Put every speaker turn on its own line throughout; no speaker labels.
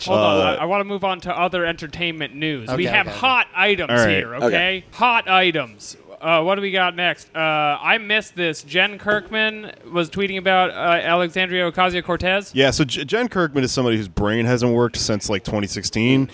Hold on,
Uh,
I, want to move on to other entertainment news. we
Okay,
have
okay.
hot items
All right,
here, okay?
okay.
Hot items. Uh, what do we got next? Uh, I missed this. Jen Kirkman was tweeting about uh, Alexandria Ocasio Cortez.
Yeah, so J- Jen Kirkman is somebody whose brain hasn't worked since like 2016.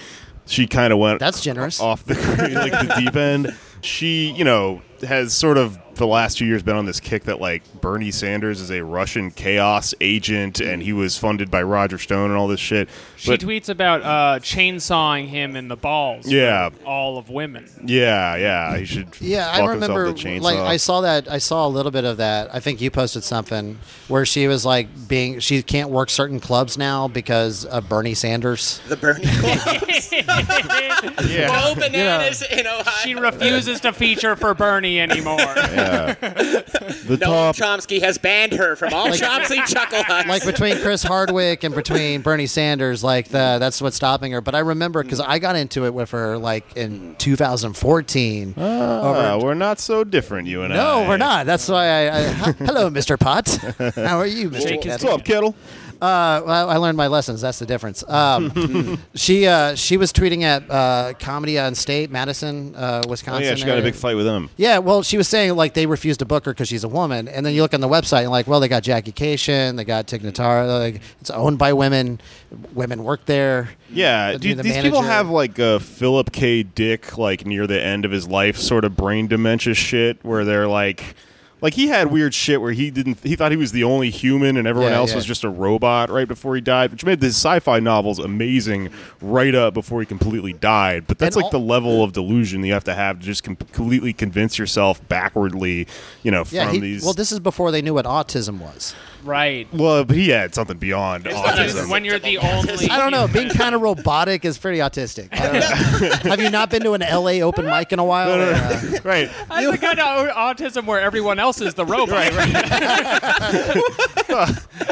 She kind of went
That's generous.
off the like the deep end. She, you know, has sort of the last two years been on this kick that like Bernie Sanders is a Russian chaos agent and he was funded by Roger Stone and all this shit.
She
But-
tweets about uh, chainsawing him in the balls. for
Yeah.
all of women.
yeah, yeah, he should.
Yeah,
fuck
I remember.
Himself with a
Like
chainsaw.
I saw that. I saw a little bit of that. I think you posted something where she was like being. She can't work certain clubs now because of Bernie Sanders.
The Bernie Club.
Yeah.
Bo Bananas in Ohio.
she refuses to feature for Bernie anymore.
the
Noam
top.
Chomsky has banned her from all Chomsky chuckle huts.
Like between Chris Hardwick and between Bernie Sanders, like the, that's what's stopping her. But I remember because I got into it with her like in 2014.
Ah, we're not so different, you and I.
no, we're not. That's why I. I h- hello, Mr. Potts. How are you, Mr.
Jake is
Potts?
What's up, Kettle?
Uh, well, I learned my lessons. That's the difference. Um, she uh, she was tweeting at uh, Comedy on State, Madison, uh,
Oh,
Wisconsin.
yeah, she got a
area.
big fight with him.
Yeah, well, she was saying like they refused to book her because she's a woman, and then you look on the website and like, well, they got Jackie Cation, they got Tignatara, like it's owned by women, women work there.
Yeah,
They
do,
the
these people
manager.
have like a Philip K. Dick, like near the end of his life, sort of brain dementia shit, where they're like, like he had weird shit where he didn't, he thought he was the only human and everyone
Yeah,
else
yeah.
was just a robot right before he died, which made the sci-fi novels amazing right up before he completely died. But that's
And
like
al-
the level of delusion you have to have to just com- completely convince yourself backwardly, you know,
Yeah,
from
he-
these.
well, this is before they knew what autism was.
right.
well, but he had something beyond
Because
autism.
when you're the only.
I don't know. Being kind of robotic is pretty autistic. I don't know. have you not been to an LA open mic in a while?
No, no, no.
Uh,
right.
That's the kind of autism where everyone else is the robot.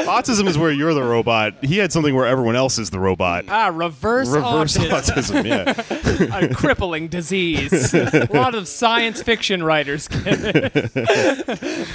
Autism is where you're the robot. He had something where everyone else is the robot.
Ah, reverse,
Reverse
autism.
autism, yeah.
a crippling disease. a lot of science fiction writers. get it.